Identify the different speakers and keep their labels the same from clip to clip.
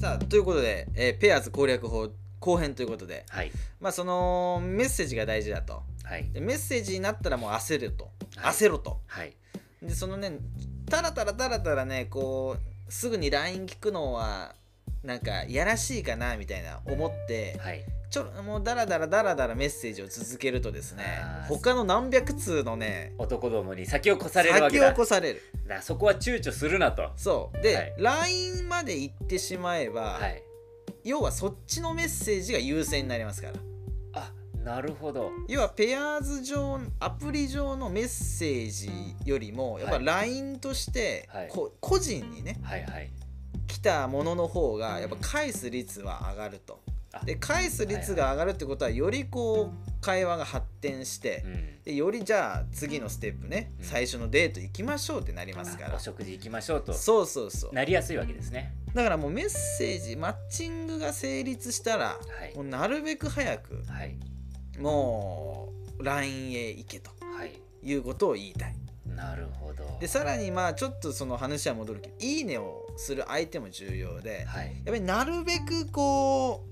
Speaker 1: さあということで、えーペアーズ攻略法後編ということで、
Speaker 2: はい
Speaker 1: まあ、そのメッセージが大事だと
Speaker 2: はい
Speaker 1: でメッセージになったらもう焦ると、
Speaker 2: はい
Speaker 1: 焦ろと
Speaker 2: はい
Speaker 1: でそのねタラタラタラタラねこうすぐに LINE 聞くのはなんかやらしいかなみたいな思って
Speaker 2: はい
Speaker 1: ちょもうダラダラダラダラメッセージを続けるとですね
Speaker 2: あー
Speaker 1: 他の何百通のね
Speaker 2: 男どもに先を越されるわ
Speaker 1: 先
Speaker 2: け
Speaker 1: を
Speaker 2: だ
Speaker 1: 越される
Speaker 2: なそこは躊躇するなとは
Speaker 1: そうで、
Speaker 2: はい
Speaker 1: LINE まで行ってしまえば、
Speaker 2: い
Speaker 1: 要はそっちのメッセージが優先になりますから
Speaker 2: あなるほど
Speaker 1: 要はペアーズ上アプリ上のメッセージよりもやっぱ
Speaker 2: はい
Speaker 1: LINE として、
Speaker 2: はい
Speaker 1: こ個人にね
Speaker 2: はいはい
Speaker 1: 来たものの方がやっぱ返す率は上がると
Speaker 2: あ。
Speaker 1: で返す率が上がるってことはよりこう会話が発展して
Speaker 2: うん
Speaker 1: でよりじゃあ次のステップね
Speaker 2: うん
Speaker 1: 最初のデート行きましょうってなりますか
Speaker 2: あお
Speaker 1: ら。
Speaker 2: 食事行きましょうと
Speaker 1: そうそうそう
Speaker 2: なりやすいわけですね
Speaker 1: だからもうメッセージマッチングが成立したら
Speaker 2: はい
Speaker 1: もうなるべく早く
Speaker 2: はい
Speaker 1: もう LINE へ行けと
Speaker 2: はい
Speaker 1: いうことを言いたい
Speaker 2: なるほど
Speaker 1: でさらにまあちょっとその話は戻るけど「いいね」をする相手も重要でやっ
Speaker 2: はい
Speaker 1: ぱりなるべくこ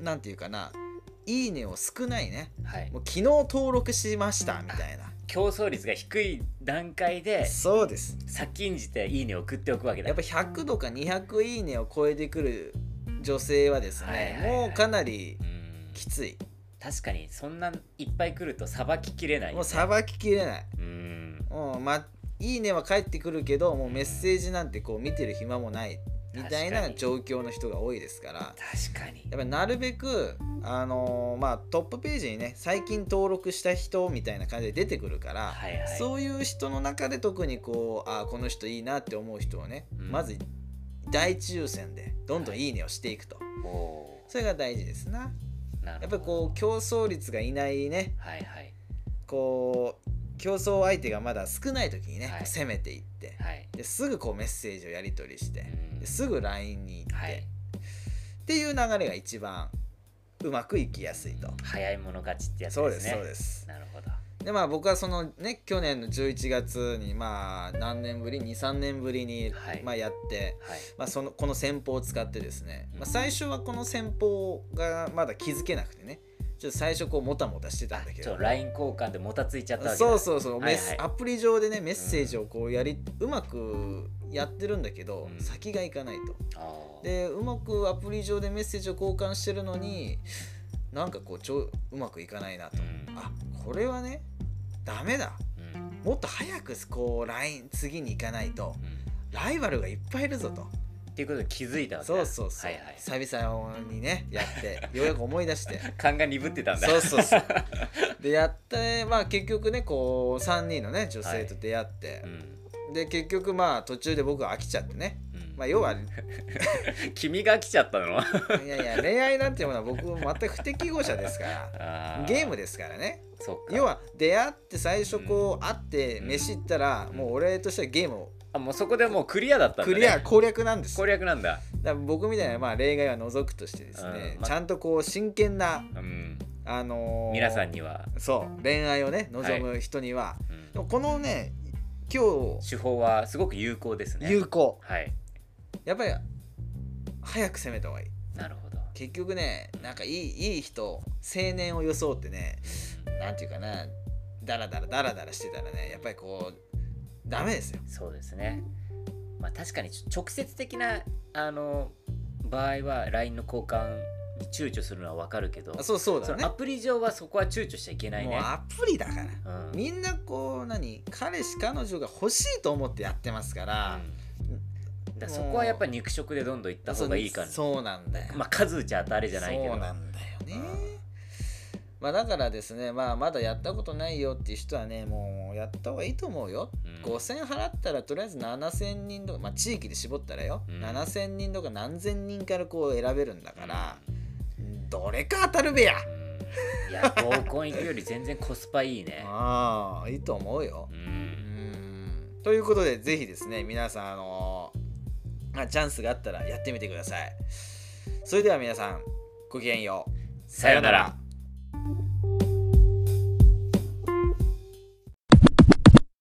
Speaker 1: うなんていうかな「いいね」を少ないね
Speaker 2: はい
Speaker 1: もう昨日登録しましたみたいな
Speaker 2: 競争率が低い段階で
Speaker 1: そうです
Speaker 2: 先んじていいねを送っておくわけだ
Speaker 1: やっぱ100とか200「いいね」を超えてくる女性はです
Speaker 2: はい
Speaker 1: ね
Speaker 2: はいはい
Speaker 1: もうかなり
Speaker 2: うん
Speaker 1: きつい
Speaker 2: 確かにそんないっぱい来るとさばききれないよね
Speaker 1: もうさばききれない
Speaker 2: うん
Speaker 1: うんまあいいねは返ってくるけどもうメッセージなんてこう見てる暇もないみたい
Speaker 2: 確か
Speaker 1: な
Speaker 2: に
Speaker 1: 状況の人が多いですから
Speaker 2: 確かに
Speaker 1: やっぱりなるべく、あのーまあ、トップページにね最近登録した人みたいな感じで出てくるから、
Speaker 2: はいはい
Speaker 1: そういう人の中で特にこうあーこの人いいなって思う人をね、
Speaker 2: うん
Speaker 1: まず第一優先でどんどん
Speaker 2: はい
Speaker 1: いいねをしていくと、
Speaker 2: お
Speaker 1: それが大事ですな
Speaker 2: ーな
Speaker 1: やっ
Speaker 2: るほ
Speaker 1: ぱ
Speaker 2: ど
Speaker 1: りこう競争率がいないね
Speaker 2: はいはい
Speaker 1: こう競争相手がまだ少ない時にね、
Speaker 2: はい
Speaker 1: こう攻めていって
Speaker 2: はい
Speaker 1: ですぐこうメッセージをやり取りして
Speaker 2: うん
Speaker 1: ですぐ LINE に行って、
Speaker 2: は
Speaker 1: っ
Speaker 2: い
Speaker 1: ていう流れが一番うまくいきやすいと。
Speaker 2: 早い者勝ちってやつ
Speaker 1: そう
Speaker 2: で
Speaker 1: ですす
Speaker 2: ね
Speaker 1: そうです
Speaker 2: なるほど
Speaker 1: でまあ僕はそのね去年の11月にまあ何年ぶり23年ぶりに、
Speaker 2: はい
Speaker 1: まあ、やって、
Speaker 2: はい
Speaker 1: まあ、そのこの戦法を使ってですね、
Speaker 2: うん
Speaker 1: まあ、最初はこの戦法がまだ気づけなくてねちょっと最初こうもたもたしてたんだけ
Speaker 2: ちょっ
Speaker 1: ど
Speaker 2: と LINE 交換でもたついちゃったわけだ
Speaker 1: そうそうそう、
Speaker 2: はいはい
Speaker 1: メスアプリ上でねメッセージをこうやり、うまくやってるんだけど、
Speaker 2: うん
Speaker 1: 先がいかないと
Speaker 2: あー
Speaker 1: でうまくアプリ上でメッセージを交換してるのになんかこうちょうまくいかないなと
Speaker 2: うん
Speaker 1: あこれはねダメだ
Speaker 2: うん
Speaker 1: もっと早くこう LINE 次に行かないと
Speaker 2: うん
Speaker 1: ライバルがいっぱいいるぞと
Speaker 2: っていうことに気づいたわけだ
Speaker 1: そうそうそう、
Speaker 2: はいはい
Speaker 1: 久々にねや ってようやく思い出して
Speaker 2: 勘が鈍ってたんだ
Speaker 1: そうそうそう でやってまあ結局ねこう3人のね女性と出会って、
Speaker 2: うん
Speaker 1: で結局まあ途中で僕は飽きちゃってね
Speaker 2: うん
Speaker 1: まあ要はい
Speaker 2: 君が来ちゃった の
Speaker 1: やいや恋愛なんていうものは僕全く不適合者ですから
Speaker 2: あ
Speaker 1: ゲーム
Speaker 2: で
Speaker 1: ですからね
Speaker 2: そっか
Speaker 1: 要は出会って最初こう会って
Speaker 2: うん
Speaker 1: 飯行ったら
Speaker 2: うん
Speaker 1: もう俺としてはゲームを
Speaker 2: あもうそこでもうクリアだったんだ、ね、
Speaker 1: クリア攻略なんです
Speaker 2: 攻略なんだ
Speaker 1: だから僕みたいなまあ例外は除くとしてですね、
Speaker 2: うんま
Speaker 1: ちゃんとこう真剣な、
Speaker 2: うん
Speaker 1: あのー
Speaker 2: 皆さんには、
Speaker 1: そう恋愛をね望む人には、
Speaker 2: うん
Speaker 1: でもこのね今
Speaker 2: 手法はすごく有効です
Speaker 1: 日
Speaker 2: ね
Speaker 1: 有効
Speaker 2: はい
Speaker 1: やっぱり早く攻めた方がいい
Speaker 2: なるほど
Speaker 1: 結局ねなんかいいいい人青年を装ってねなんていうかなダラダラダラダラしてたらねやっぱりこうダメですよ
Speaker 2: そうですねまあ確かにちょ直接的なあの場合は LINE の交換に躊躇するのはわかるけど
Speaker 1: あそうそうだ
Speaker 2: そ
Speaker 1: ね
Speaker 2: のアプリ上はそこは躊躇しちゃいけない
Speaker 1: もう
Speaker 2: ね
Speaker 1: アプリだから
Speaker 2: うん
Speaker 1: みんなこう何彼氏彼女が欲しいと思ってやってますから、
Speaker 2: うんだからそこはやっぱり肉食でどんどんいった方がいいから
Speaker 1: そうそうなんだよ、
Speaker 2: まあ数打ちゃ当たれじゃないけど
Speaker 1: そうなんだよね、
Speaker 2: うん
Speaker 1: まあ、だからですね、まあ、まだやったことないよっていう人はねもうやった方がいいと思うよ、
Speaker 2: うん
Speaker 1: 5000払ったらとりあえず7000人とか、まあ、地域で絞ったらよ、
Speaker 2: うん
Speaker 1: 7000人とか何千人からこう選べるんだから、どれか当たるべや、
Speaker 2: うんいや合コン行くより全然コスパいいね
Speaker 1: ああいいと思うよ、
Speaker 2: う
Speaker 1: うんんということでぜひですね皆さんあのまあチャンスがあったらやってみてくださいそれでは皆さんごきげんようさようなら。